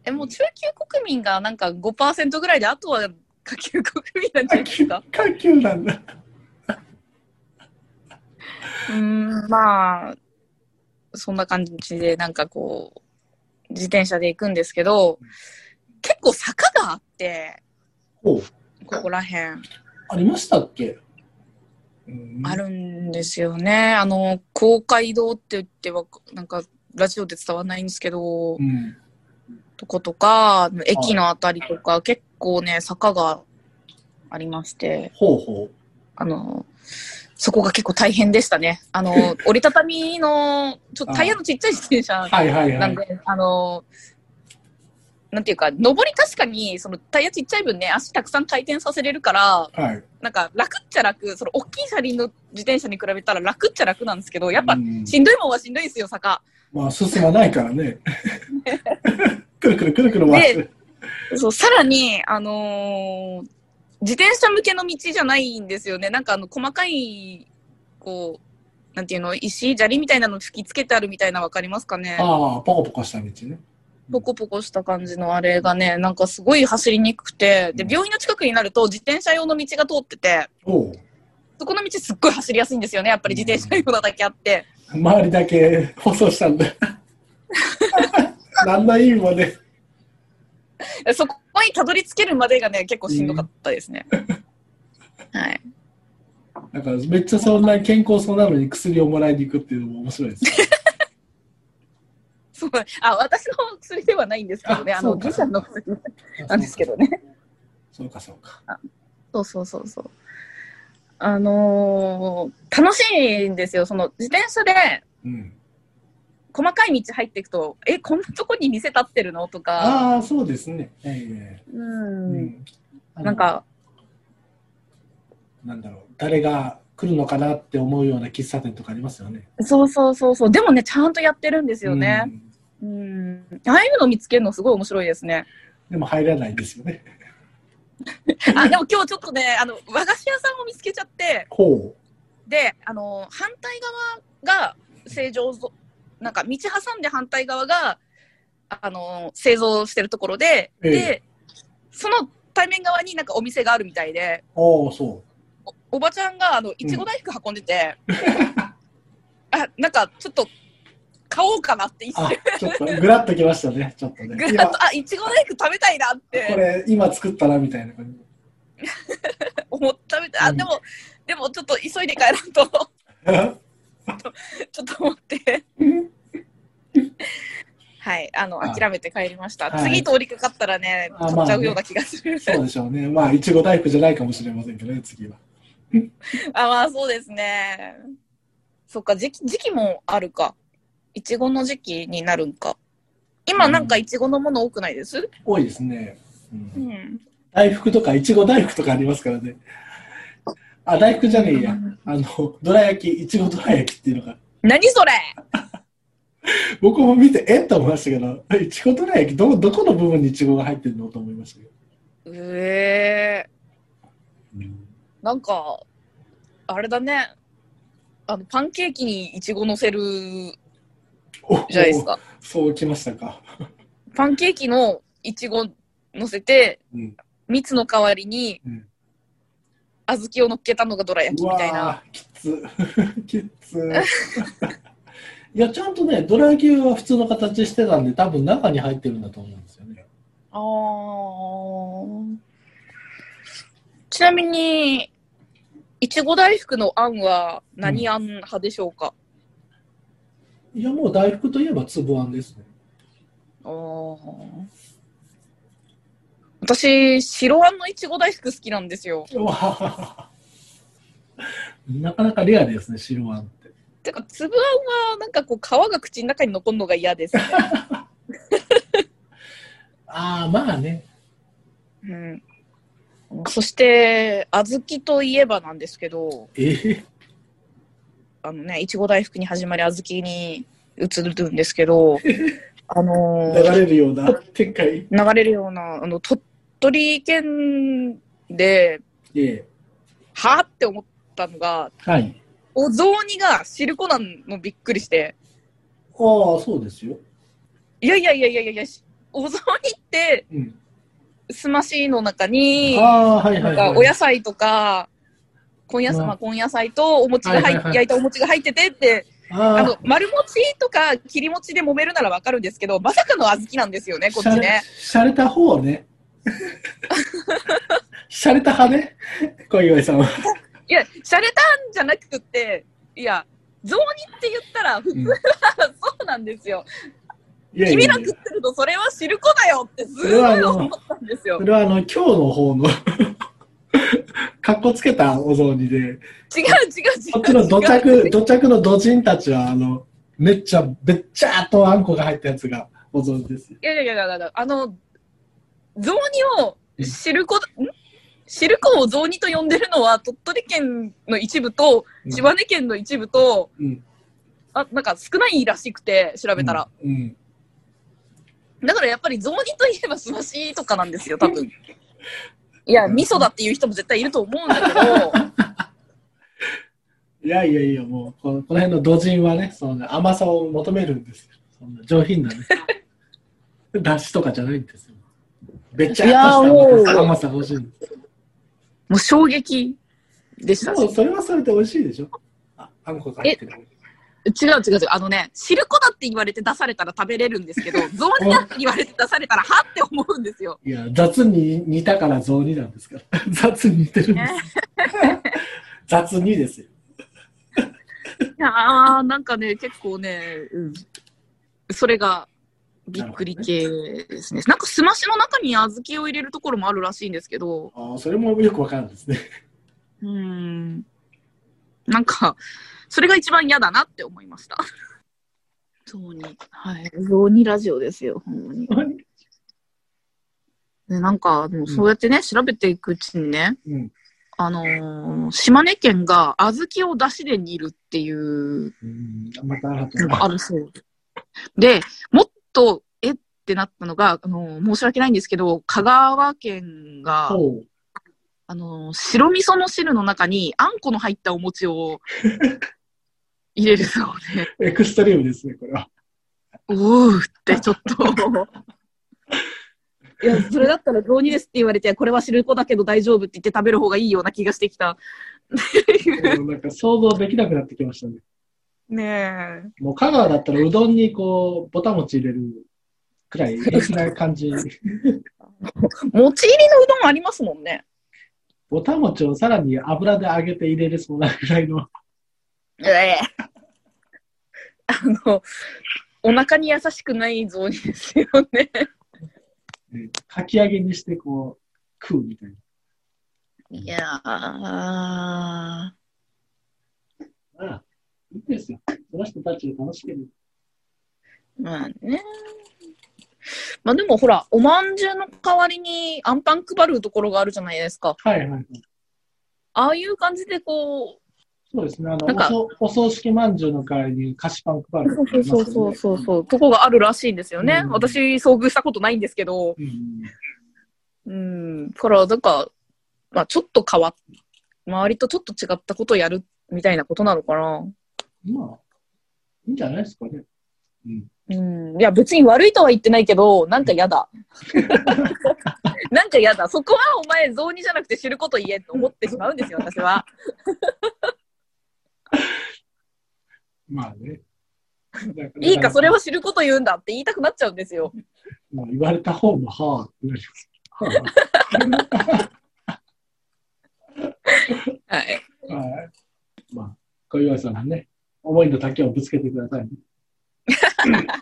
D: え、もう中級国民がなんか5%ぐらいで、あとは下級国民なんじゃないですか。
E: 下級なんだ。
D: うーん、まあ、そんな感じで、なんかこう、自転車で行くんですけど、結構坂があって、
E: ほう。
D: ここら辺、
E: ありましたっけ
D: あるんですよね。あの、公会堂って言っては、なんか、ラジオで伝わらないんですけど
E: う、ん。
D: とことか、駅のあたりとか、結構ね、坂がありまして、
E: ほうほう。
D: あの、そこが結構大変でしたね。あの、 折りたたみの、ちょっとタイヤのちっちゃい自転車
E: はいはい
D: な
E: は
D: ん
E: い。
D: で、あのなんていうか、上り確かに、そのタイヤちっちゃい分ね、足たくさん回転させれるから、
E: はい。
D: なんか楽っちゃ楽、その大きい車輪の自転車に比べたら楽っちゃ楽なんですけど、やっぱ
E: うん
D: しんどいもんはしんどいんですよ、坂。
E: まあ、進まないから ね。くるくるくるくる回って。
D: そう、さらに、あのー自転車向けの道じゃないんですよね。なんかあの、細かい、こう、なんていうの、石、砂利みたいなの吹きつけてあるみたいなわかりますかね。
E: ああ、ポコポコした道ね。
D: ポコポコした感じのあれがね、なんかすごい走りにくくて、で、
E: うん
D: 病院の近くになると自転車用の道が通ってて、
E: おう。
D: そこの道すっごい走りやすいんですよね、やっぱり自転車用なだけあって。
E: 周りだけ舗装したんだ。 何の意味もね。
D: そこにたどり着けるまでがね、結構しんどかったです ね。はい。
E: なんかめっちゃそんな健康そうなのに薬をもらいに行くっていうのも面白いですね。
D: そうあ、私の薬ではないんですけどね、
E: あ
D: あの、
E: そうか
D: 自社の薬なんですけどね。
E: そうかそうか。
D: そうそうそうそう。あのー楽しいんですよ。その自転車で
E: うん、
D: 細かい道入っていくと、え、こんなとこに店立ってるのとか、
E: ああ、そうですね。ええ
D: うん
E: うんあの
D: なんか、
E: なんだろう。誰が来るのかなって思うような喫茶店とかありますよね。
D: そうそうそうそう、でもね、ちゃんとやってるんですよね。
E: うん
D: うん、ああいうの見つけるのすごい面白いです ね。
E: でも入らないですよね。
D: あ、でも今日ちょっとね、あの和菓子屋さんを見つけちゃって、
E: ほ
D: で、あの反対側が正常ぞ、なんか道挟んで反対側が。あの製造してるところで、
E: ええ
D: で、その対面側になんかお店があるみたいで
E: う。。おお、そ
D: おおばちゃんがあのいちご大福運んでて、 あなんかちょっと買おうかなって一
E: う。あ
D: 瞬、
E: ちょっとグラッときましたね。ちょっとね。
D: ぐら
E: 今
D: っとあいちご大福食べたいなっ
E: こ
D: て
E: れ今作ったなみたいな感じ。
D: 思ったみたいあ
E: うん
D: でもでもちょっと急いで帰らんとちょっと思ってはいあの
E: はい
D: 諦めて帰りました、
E: は
D: 次
E: い
D: 通りかかったらね
E: あ
D: 買っちゃうような気がする、
E: そうでしょうね。まあ、いちご大福じゃないかもしれませんけどね、次は。
D: あまあそうですねそっか時期時期もあるかいちごの時期になるんか今なんかいちごのもの多くないです、
E: 多いですね。う、
D: うんん、
E: 大福とか、いちご大福とかありますからね。あ、大福じゃねえや。あの、どら焼き、いちごどら焼きっていうのが。
D: 何それ
E: 僕も見て、えっと思いましたけど、いちごどら焼き、ど、どこの部分にいちごが入ってるのと思いましたけど。
D: ええなんかあれだねあのパンケーキにいちご乗せる
E: お
D: じゃないですか
E: おそうきましたか。
D: パンケーキのいちご乗せて
E: うん
D: 蜜の代わりに
E: うん
D: 小豆を乗っけたのがどら焼きみたいな
E: ぁ、きつ。 きつ。いや、ちゃんとね、どら焼きは普通の形してたんで、多分中に入ってるんだと思うんですよね。
D: あーちなみにいちご大福のあんは何あん派でしょうか、
E: いや、もう大福といえば粒あんですね。
D: ああ。私、白あんのいちご大福好きなんですよ。
E: うわぁなかなかレアですね、白あんって。
D: てか、粒あんは、なんかこう、皮が口の中に残るのが嫌ですね。
E: ああ、まあね。
D: うん。そして、小豆といえばなんですけど、
E: えー
D: あのね、いちご大福に始まり、小豆に移るんですけ ど、あの
E: 流
D: ー
E: れるような 展開。
D: 流れるような、あの、鳥取県で、
E: え
D: はぁって思ったのが、
E: ーはい。
D: お雑煮が汁粉なんのびっくりして、
E: ああ、そうですよ。
D: いやいやいやいやいやいやし、お雑煮って、
E: うん、
D: すましの中に、
E: ああ、はい
D: なん
E: はい、は
D: か
E: い。
D: お野菜とか、今夜様、今夜祭と、お餅が
E: はい
D: 入
E: はいはい
D: 焼いたお餅が入っててって、
E: あ
D: あ
E: あ
D: の、丸餅とか切り餅で揉めるならわかるんですけど、まさかの小豆なんですよね、こっちね。
E: しゃれた方 ね。しゃれた派ね、小岩井さんは。
D: いや、洒落たんじゃなくって、いや、雑煮って言ったら、普通は そうなんですよ。
E: いやいや
D: 君
E: いや
D: ら食ってると、それは汁粉だよって、すごい思ったんですよ
E: そ。れはあの、今日の方の、 かっこつけたお雑煮で、
D: 違う違
E: こっ
D: う
E: ち
D: 違う違
E: の
D: う。
E: 土着、土着の土人たちは、あの、めっちゃ、べっちゃーっとあんこが入ったやつがお雑煮ですよ。
D: いやいやいやいや、あの、雑煮を汁粉、ん汁粉を雑煮と呼んでるのは、鳥取県の一部と、島根県の一部と、
E: うん
D: あなんか少ないらしくて、調べたら。。
E: うん。
D: だからやっぱり雑煮といえばすましとかなんですよ、多分。 いや、味噌だっていう人も絶対いると思うんだけど、
E: いやいやいや、もう、このこの辺の土人はね、その甘さを求めるんですよ。そんな上品な ね。だしとかじゃないんですよ。べっちゃーっとした甘さが欲しいんで す。
D: もう衝撃でした。
E: でも、それはそれで美味しいでしょ。ああんこが入ってる。
D: 違う違う違う。あのね、汁粉だって言われて出されたら食べれるんですけ ど、雑煮だって言われて出されたら、はって思うんですよ。
E: いや、雑に似たから雑になんですから。 雑に似てるんです。 雑にですよ。
D: いやーなんかね、結構ね、うん、それがびっくり系ですね。なんかすましの中に小豆を入れるところもあるらしいんですけど、
E: ああ、それもよくわかるんですね。
D: うーん、なんか、それが一番嫌だなって思いました。雑煮、はい、雑煮ラジオですよ、ほんまに。ね、なんか、もうそうやってね、調べていくうちにね、
E: うん。
D: あのー島根県が小豆を出汁で煮るっていう
E: うんまた新た
D: なんか
E: な。
D: あるそう。で、もっと、えってなったのが、あの、申し訳ないんですけど、香川県が、
E: ほう。
D: あの、白味噌の汁の中に、あんこの入ったお餅 を入れるそうで、
E: エクストリームですね、これは。
D: おうってちょっと。いや、それだったら雑煮ですって言われて、これは汁粉だけど大丈夫って言って食べる方がいいような気がしてきた。
E: もうなんか想像できなくなってきましたね。
D: ねえ。
E: もう香川だったらうどんにこう、ぼたもち入れるくらい、平気な感じ。
D: 餅入りのうどんありますもんね。
E: ぼたもちをさらに油で揚げて入れるそうなぐらいの。
D: ええ。あの、お腹に優しくない雑煮ですよね。
E: ねかき揚げにしてこう、食うみたい
D: いやー。
E: な。ああ、いいですよ。その人たちが楽しければ。
D: まあね。まあでもほら、おまんじゅうの代わりにアンパン配るところがあるじゃないですか。
E: はいはいはい。
D: ああいう感じでこ
E: そうですね。あの、
D: なんか
E: おそお葬式まんじゅうの代わりに菓子パン配
D: う、
E: る、
D: そうそうそうそうそう、とこがあるらしいんですよね。
E: うん
D: 私、遭遇したことないんですけど。
E: うんうん。
D: うん。だから、なんか、まあちょっと変わっ、周りとちょっと違ったことをやるみたいなことなのかな。
E: まあ、いいんじゃないですかね。うん。
D: うん、いや別に悪いとは言ってないけど、なんか嫌だ。 なんか嫌だ。そこはお前、雑煮じゃなくて知ること言えと思ってしまうんですよ、私は。
E: まあ ね。だら
D: いいか、それ。は知ること言うんだって言いたくなっちゃうんですよ。
E: まあ言われた方も、はあ、ってなります。は
D: はい。
E: あ、はい。まあ、小岩井さんのね、思いの丈をぶつけてくださいね。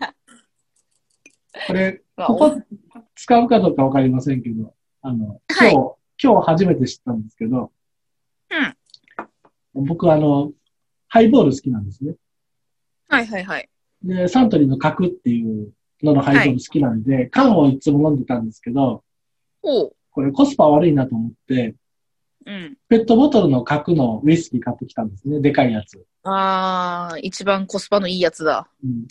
E: これ、
D: まあ
E: ここ使うかどうかわかりませんけど、あの、今日、
D: はい
E: 今日初めて知ったんですけど、
D: うん
E: 僕、あの、ハイボール好きなんですね。
D: はいはいはい。
E: で、サントリーの角っていうののハイボール好きなんで、缶をいつも飲んでたんですけど、
D: おう。
E: これコスパ悪いなと思って、
D: うん。
E: ペットボトルの角のウイスキー買ってきたんですね。でかいやつ。
D: あー、一番コスパのいいやつだ。
E: うん、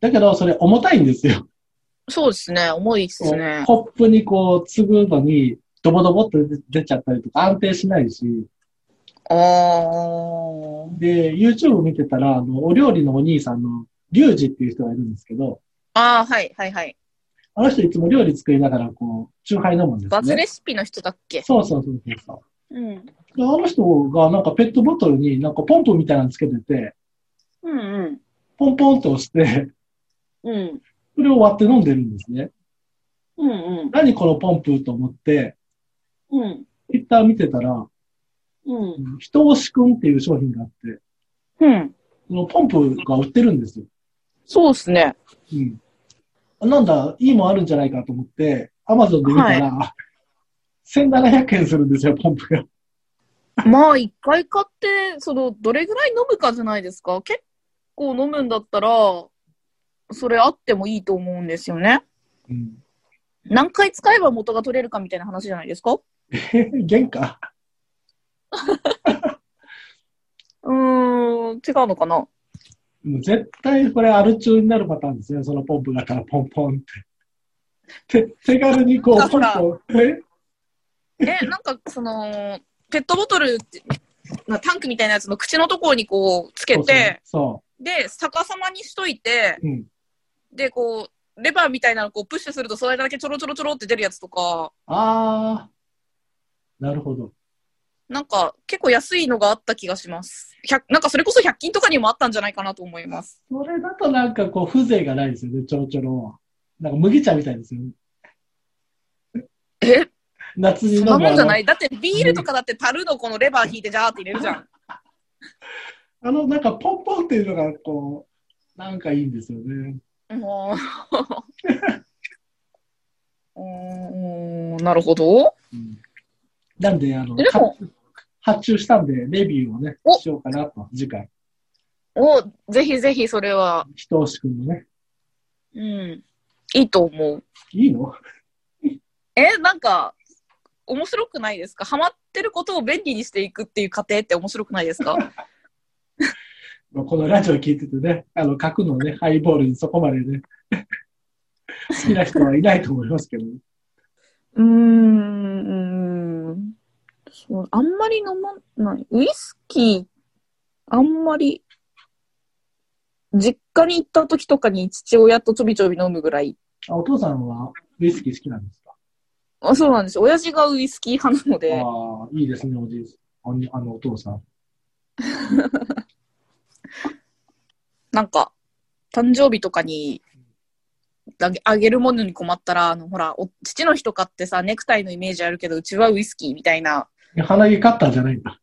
E: だけど、それ重たいんですよ。
D: そうですね、重いっすね。
E: コップにこう、継ぐのに、ドボドボって出ちゃったりとか、安定しないし。
D: あー。
E: で、YouTube 見てたら、あの、お料理のお兄さんの、リュウジっていう人がいるんですけど、
D: あー、はいはいはい。
E: あの人いつも料理作りながら、こう、チューハイ飲むんですね。
D: バズレシピの人だっけ
E: そうそうそうそうそ
D: う
E: う。
D: ん。
E: であの人がなんかペットボトルになんかポンプみたいなのつけてて、
D: うん
E: ポンポンって押して、
D: うん。うん。
E: それを割って飲んでるんですね。
D: うん
E: 何このポンプと思って、
D: うん。うん。
E: ツイッター見てたら、
D: うん。
E: 人押しくんっていう商品があって、
D: うん。
E: そのポンプが売ってるんですよ。
D: そうっすね。
E: うん。なんだ、いいもんあるんじゃないかと思って、アマゾンで見たら、1700円するんですよ、ポンプが。
D: まあ、一回買って、その、どれぐらい飲むかじゃないですか。結構飲むんだったら、それあってもいいと思うんですよね。
E: うん。
D: 何回使えば元が取れるかみたいな話じゃないですか。
E: 原価
D: うーん、違うのかな。
E: もう絶対これアル中になるパターンですね、そのポンプがからポンポンって。て手軽にこう、
D: だか
E: ポン
D: ら
E: ポン。え
D: え、なんか、その、ペットボトルって、なタンクみたいなやつの口のところにこう、つけて、
E: そ
D: で、逆さまにしといて
E: う、そう。うん。
D: で、こう、レバーみたいなのをこうプッシュすると、その間だけちょろちょろちょろって出るやつとか、
E: あー。なるほど。
D: なんか結構安いのがあった気がします。100なんかそれこそ100均とかにもあったんじゃないかなと思います。
E: それだとなんかこう、風情がないですよね、ちょろちょろは。なんか麦茶みたいですよね。
D: え
E: 夏に
D: そ
E: 飲
D: ん
E: む
D: なもんじゃ
E: あの
D: ないだってビールとかだって樽のこのレバー引いてジャーって入れるじゃん。
E: あの、なんかポンポンっていうのが、こう、なんかいいんですよね。
D: もう。うーん、なるほど。
E: うん、なんで、あの、
D: えでも
E: か発注したんで、レビューをね、
D: お
E: しようかなと、次回。
D: お、ぜひぜひそれは、
E: 人押しくんのね。
D: うん、いいと思う。
E: いいの
D: え、なんか、面白くないですかハマってることを便利にしていくっていう過程って面白くないですか
E: まあこのラジオ聞いててね、あの、書くのね、ハイボールにそこまでね、 好きな人はいないと思いますけど、
D: うーんうーんそう、あんまり飲まない。ウイスキー、あんまり、実家に行った時とかに父親とちょびちょび飲むぐらい。
E: あお父さんはウイスキー好きなんですか
D: あそうなんです。親父がウイスキー派なので、
E: ああ、いいですね、おじいあのあの、お父さん。
D: なんか、誕生日とかに、あげあげるものに困ったら、あの、ほら、お父の日とかってさ、ネクタイのイメージあるけど、うちはウイスキーみたいな、
E: 鼻毛カッターじゃないんだ。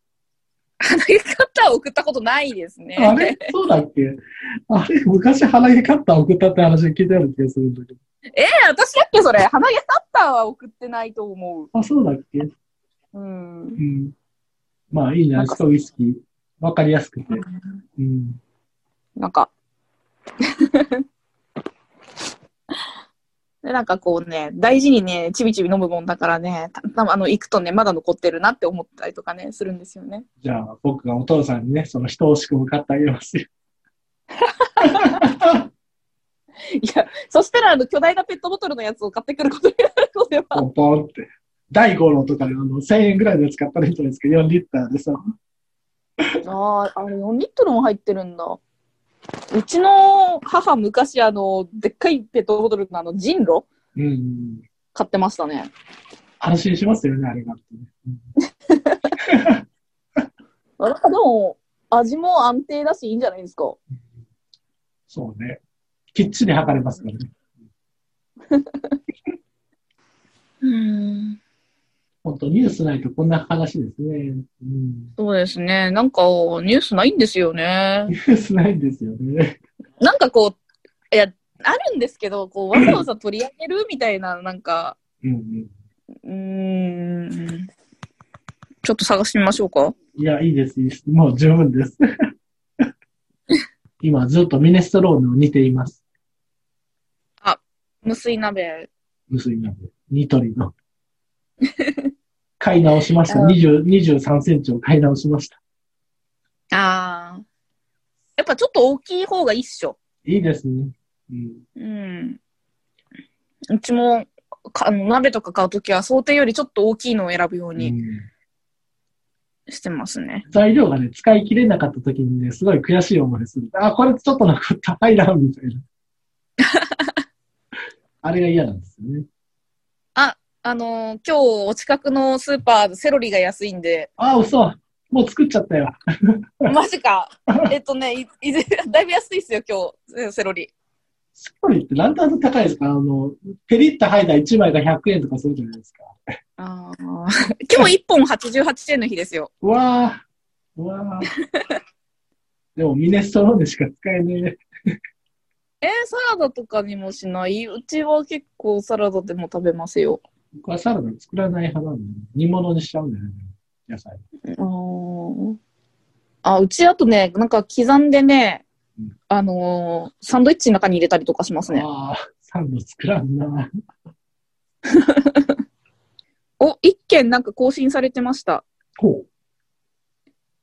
D: 花げ方を送ったことないですね。
E: あれそうだっけあれ昔鼻毛カッター送ったって話聞いてある気がするんだけど。
D: え私だっけそれ。花毛カッターは送ってないと思
E: あ、そうだっけ
D: う。うん
E: う。ん。まあいいじゃないですか、ウイスキー。わかりやすくて。うん。
D: なんか で。なんかこうね、大事にね、ちびちび飲むもんだからね、たたあの行くとね、まだ残ってるなって思ったりとかね、するんですよね。
E: じゃあ僕がお父さんにね、その人をしく向かってあげますよ。
D: いや、そしたらあの巨大なペットボトルのやつを買ってくることになるのでは。
E: ポンポンって。第5郎とかであの1000円ぐらいのやつ買ったらいいんじゃないですか、4リッターでさ。
D: ああ、あれ4リットルも入ってるんだ。うちの母、昔、あの、でっかいペットボトルのあの、ジンロ
E: うん。
D: 買ってましたね。
E: 安心しますよね、あれがあってね。うん
D: あでも、味も安定だし、いいんじゃないですか。
E: そうね。きっちり測れますからね。
D: うん。
E: 本当ニュースないとこんな話ですね。うん。
D: そうですね。なんか、ニュースないんですよね
E: ニ。ュースないんですよね。
D: なんかこう、いや、あるんですけど、こう、わざわざ取り上げるみたいな、なんか、
E: うんうん。
D: うーん。ちょっと探してみましょうか。
E: いや、いいです、いいです。もう十分です。 今、ずっとミネストローネを煮ています。
D: 無水鍋。
E: 薄い鍋。ニトリの。買い直しました。
D: あ
E: 20 23センチを買い直しました。
D: ああ。やっぱちょっと大きい方がいいっしょ。
E: いいですね。うん、
D: うん。うちも、かあの鍋とか買うときは想定よりちょっと大きいのを選ぶよう
E: う
D: に
E: ん
D: してますね。
E: 材料がね、使い切れなかった時にね、すごい悔しい思いする。あ、これちょっとなかった。はいな、みたいな。あれが嫌なんですよね。
D: あのー今日お近くのスーパー、セロリが安いんで、
E: ああ、嘘。もう作っちゃったよ。
D: マジ か。えっとね、いいずだいぶ安いですよ、今日、えセロリ。
E: セロリってなんであんな高いですかあの、ペリッと剥いだ1枚が100円とかするじゃないですか。
D: あー 今日1本88円の日ですよ。
E: うわあ、うわあ。 でもミネストローネしか使えね
D: えーサラダとかにもしないうちは結構サラダでも食べますよ。
E: え。僕はサラダ作らない派なんで、煮物にしちゃうんだよね。野菜。
D: あーあ、うちあとね、なんか刻んでね
E: うん、
D: あのーサンドイッチの中に入れたりとかしますね。
E: ああ、サンド作らんな。
D: お、一件なんか更新されてました。
E: ほう。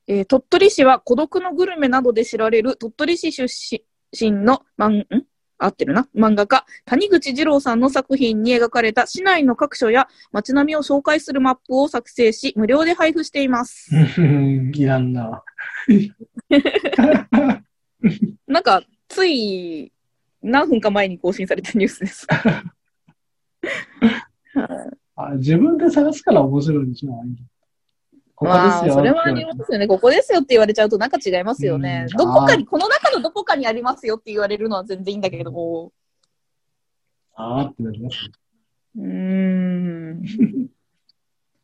D: えー鳥取市は孤独のグルメなどで知られる鳥取市出身の漫ん合ってるな漫画家谷口二郎さんの作品に描かれた市内の各所や街並みを紹介するマップを作成し無料で配布しています。
E: いらんな。
D: なんかつい何分か前に更新されたニュースです。
E: あ自分で探すから面白いでしょ。ああいうのここ
D: まあ
E: ですよ。
D: それはありますよね。ここですよって言われちゃうとなんか違いますよね。
E: うん
D: どこかにこの中のどこかにありますよって言われるのは全然いいんだけど。
E: ああってなります。
D: うーん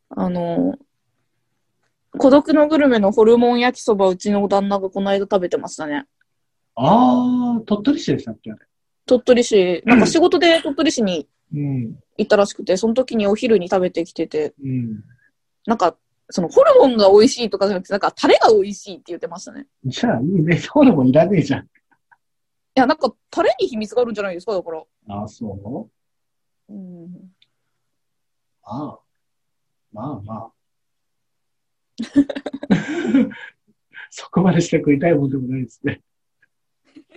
D: あの、孤独のグルメのホルモン焼きそば、うちの旦那がこの間食べてましたね。
E: ああ、鳥取市でしたっけあれ。
D: 鳥取市、なんか仕事で鳥取市に
E: うん。
D: 行ったらしくて、その時にお昼に食べてきてて、
E: うん。
D: なんか、そのホルモンが美味しいとかじゃなくて、なんかタレが美味しいって言ってましたね。
E: じゃあいいね。ホルモンいらねえじゃん。
D: いや、なんかタレに秘密があるんじゃないですか、だから。
E: ああ、そう
D: うん、
E: まあ、まあまあ。 そこまでして食いたいもんでもないですね。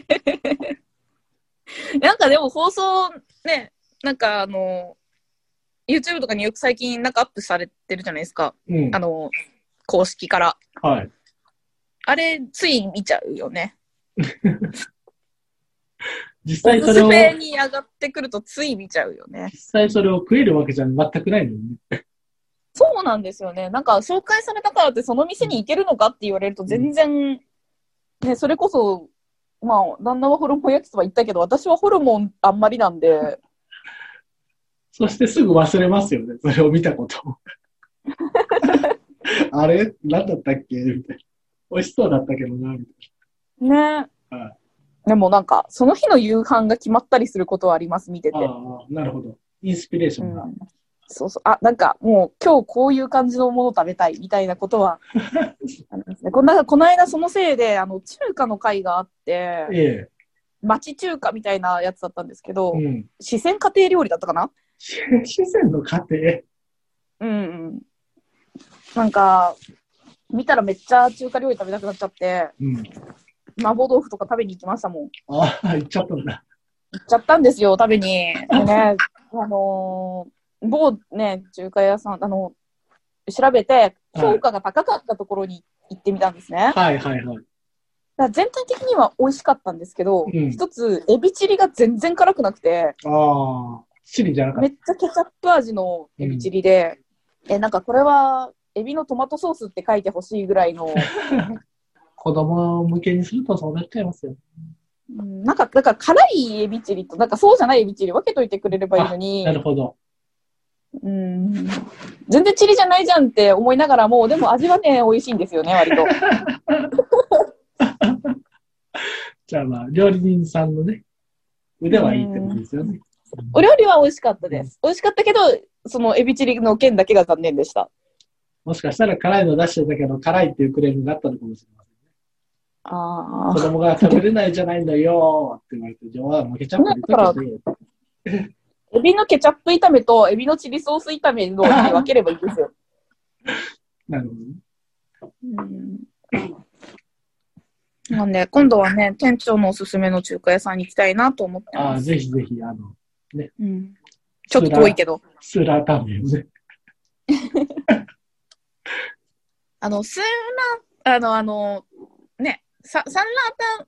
D: なんかでも放送ね、なんかあの、YouTube とかによく最近なんかアップされてるじゃないですか。
E: うん
D: あ。の、公式から。
E: はい。
D: あれ、つい見ちゃうよね。
E: 実
D: お
E: 際そ
D: す
E: れ
D: す
E: を、
D: めに上がってくるとつい見ちゃうよね。
E: 実際それを食えるわけじゃ全くないのにね。
D: そうなんですよね。なんか紹介されたからってその店に行けるのかって言われると全然、ね、それこそ、まあ、旦那はホルモン焼きそば行ったけど、私はホルモンあんまりなん で、
E: そしてすぐ忘れますよね。それを見たこと を。あれ何だったっけみたいな。美味しそうだったけどな、みたい
D: ね。
E: は
D: でもなんか、その日の夕飯が決まったりすることはあります、見てて。
E: な。ああ、なるほど。インスピレーショ
D: う
E: ンが。
D: ん、そうそう。あ、なんかもう今日こういう感じのもの食べたいみたいなこと はありますね。こんなこの間そのせいで、あの、中華の会があって、
E: ええ。
D: 町中華みたいなやつだったんですけど、
E: うん。
D: 四川家庭料理だったかな
E: 四川の家庭。
D: うんうん。なんか、見たらめっちゃ中華料理食べたくなっちゃって、
E: うん。
D: 麻婆豆腐とか食べに行きましたもん。
E: ああ、行っちゃったんだ。
D: 行っちゃったんですよ、食べ に。でね、あのー某ね、中華屋さん、あの、調べて、評価が高かったところに行ってみたんですね。だか
E: はいはいはい。
D: ら全体的には美味しかったんですけど、
E: うん
D: 一つ、エビチリが全然辛くなくて、
E: ああ、チリじゃなかっ
D: めっちゃケチャップ味のエビチリで、え、なんかこれは、エビのトマトソースって書いてほしいぐらいの、
E: た。子供向けにするとそうなっちゃいますよ。
D: うんなんか、だから辛いエビチリと、なんかそうじゃないエビチリ分けといてくれればいいのに
E: な、るほど。
D: うん全然チリじゃないじゃんって思いながらも、でも味はね、美味しいんですよね、 割と。
E: じゃあまあ、料理人さんのね、腕はいいってことですよね。
D: お料理は美味しかったです。美味しかったけど、そのエビチリの件だけが残念でした。
E: もしかしたら辛いの出してたけど、辛いっていうクレームがあったのかもしれません。
D: あ
E: 子供が食べれないじゃないのよーって言われて、じゃあ、もうケチャップ入れとけ
D: エビのケチャップ炒めとエビのチリソース炒めのに分ければいいですよ。
E: で。なるほどね。
D: うんなんで、今度はね、店長のおすすめの中華屋さんに行きたいなと思って
E: あ
D: ま
E: あ、
D: す。
E: ぜひぜひ、あの、
D: うんちょっと遠いけど。
E: スーラータンメンをね。
D: あの、スーラン、あの、あの、ね、ササンラータン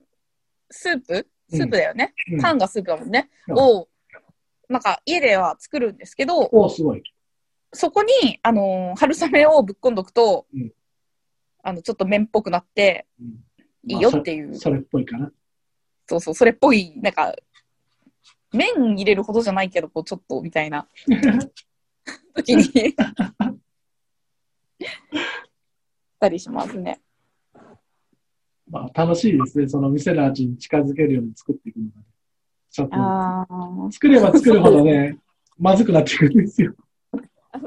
D: スープスープだよね。
E: うん
D: タンがスープだもんね。
E: うん
D: を、なんか家では作るんですけど、
E: おお、すごい。
D: そこに、あのー春雨をぶっこんどくと、
E: うん
D: あの、ちょっと麺っぽくなって、
E: うん
D: いいよっていう、
E: まあ
D: そ
E: それそれっぽいかな。
D: うそう、それっぽい、なんか、麺入れるほどじゃないけど、こう、ちょっと、みたい な、時に、たりしますね。
E: まあ、楽しいですね。その店の味に近づけるように作っていくのが。ちょっと
D: あ
E: 作れば作るほどね、まずくなっていくんですよ。
D: ー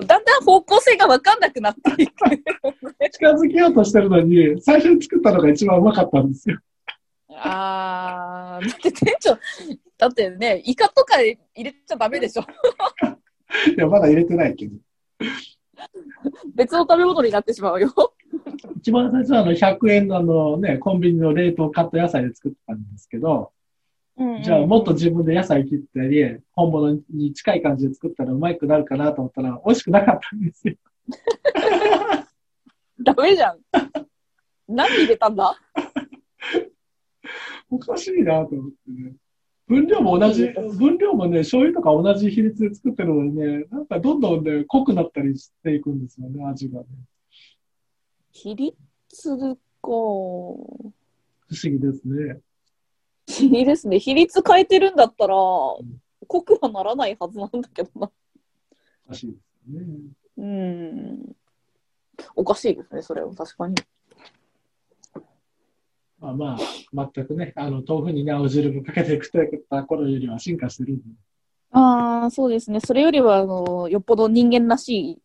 D: だんだん方向性が分かんなくなっていく。
E: 近づけようとしてるのに、最初に作ったのが一番うまかったんですよ。
D: あーだって店長、だってね、イカとか入れちゃダメでしょ。
E: いや、まだ入れてないけど。
D: 別の食べ物になってしまうよ。
E: 一番最初はあの100円のあのね、コンビニの冷凍カット野菜で作ったんですけど、じゃあもっと自分で野菜切ったり、本物に近い感じで作ったらうまくなるかなと思ったら、美味しくなかったんですよ。
D: ダメじ ゃん。何入れたんだ
E: おかしいなと思ってね。分量も同じ、分量もね、醤油とか同じ比率で作ってるのにね、なんかどんどんね、濃くなったりしていくんですよね、味がね。
D: 比率か。不
E: 不思議ですね。
D: 思議ですね。比率変えてるんだったら、濃くはならないはずなんだけどな。
E: おかしいですよね。
D: うん。おかしいですね、それは確かに。
E: まあまあ、全くね、あの、豆腐にね、青汁ぶっかけていくといった頃よりは進化してるんで。
D: ああ、そうですね。それよりは、あの、よっぽど人間らしい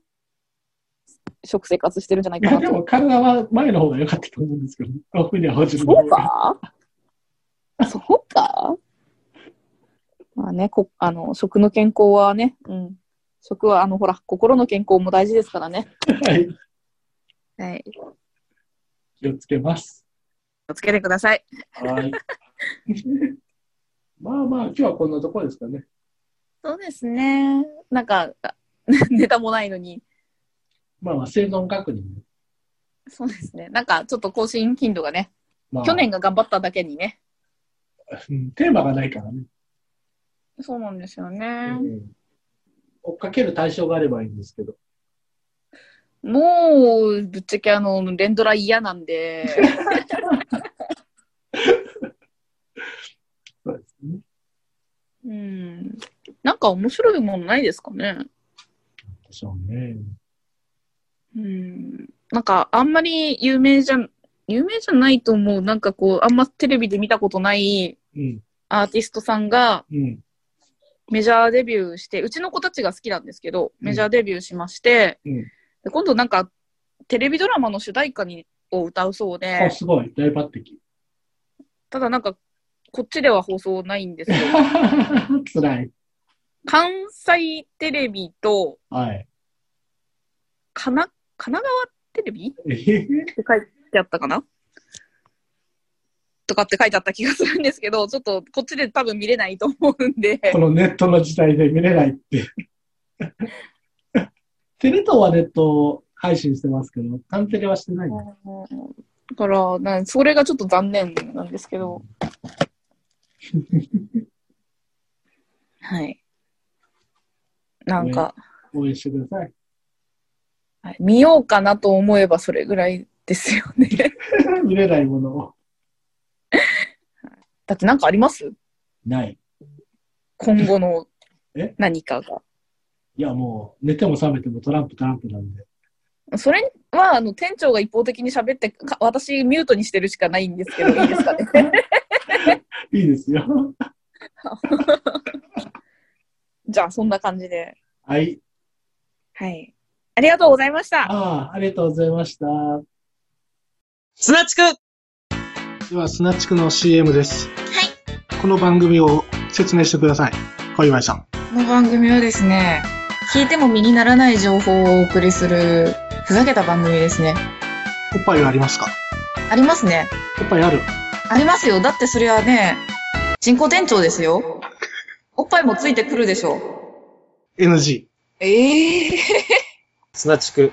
D: 食生活してるんじゃない
E: い
D: か
E: や、
D: な
E: で
D: と。
E: も体は前の方が良かったと思うんですけど、ね、豆腐に青汁の
D: そ
E: 方
D: う
E: が。
D: かそうかまあね、こあの食の健康はね、うん、食はあのほら、心の健康も大事ですからね。
E: はい。
D: はい。
E: 気をつけます。
D: 気をつけてください。
E: はい。 まあまあ、今日はこんなところですかね。
D: そうですね。なんか、 あネタもないのに。
E: まあまあ、生存確認。
D: そうですね。なんか、ちょっと更新頻度がね、
E: まあ、
D: 去年が頑張っただけにね。
E: うんテーマがないからね、
D: そうなんですよね。
E: うん追っかける対象があればいいんですけど。
D: もう、ぶっちゃけあの、連ドラ嫌なんで。
E: そうですね。
D: うん。なんか面白いものないですかね。
E: でしょうね。
D: うんなんかあんまり有名じゃん有名じゃないと思うなんかこうあんまテレビで見たことない
E: うん。
D: アーティストさんが
E: うん。
D: メジャーデビューしてうちの子たちが好きなんですけどメジャーデビューしまして、
E: うん
D: で今度なんかテレビドラマの主題歌にを歌うそう
E: あ、
D: です
E: ごい。大抜擢。
D: ただなんかこっちでは放送ないん ですよ
E: つらい。
D: 関西テレビと
E: はい。
D: かな神奈川テレビっ
E: えへへ
D: て書いてあったかなとかって書いてあった気がするんですけど、ちょっとこっちで多分見れないと思うんで。
E: このネットの時代で見れないって。 テレ東はネット配信してますけど、カンテレはしてないんだ。
D: だから、なそれがちょっと残念なんですけど。はい。なんか、
E: 応援してください。
D: はい見ようかなと思えばそれぐらいですよね。
E: 見れないものを。
D: だってなんかあります
E: ない。
D: 今後 の
E: え
D: 何かが。
E: いや、もう、寝ても覚めてもトランプトランプなんで。
D: それは、あの、店長が一方的に喋ってか、私ミュートにしてるしかないんですけど、いいです かね。
E: いいですよ。
D: じゃあ、そんな感じで。
E: はい。
D: はい。ありがとうございました。
E: ああ、ありがとうございました。
A: すなちく
B: では、スナチクの CM です。はい。この番組を説明してください。小岩井さん。
C: この番組はですね、聞いても身にならない情報をお送りする、ふざけた番組ですね。
B: おっぱいはありますか
C: ありますね。
B: おっぱいある
C: ありますよ。だってそれはね、人工店長ですよ。おっぱいもついてくるでしょ。
B: ?NG。
C: ええ
A: すなちく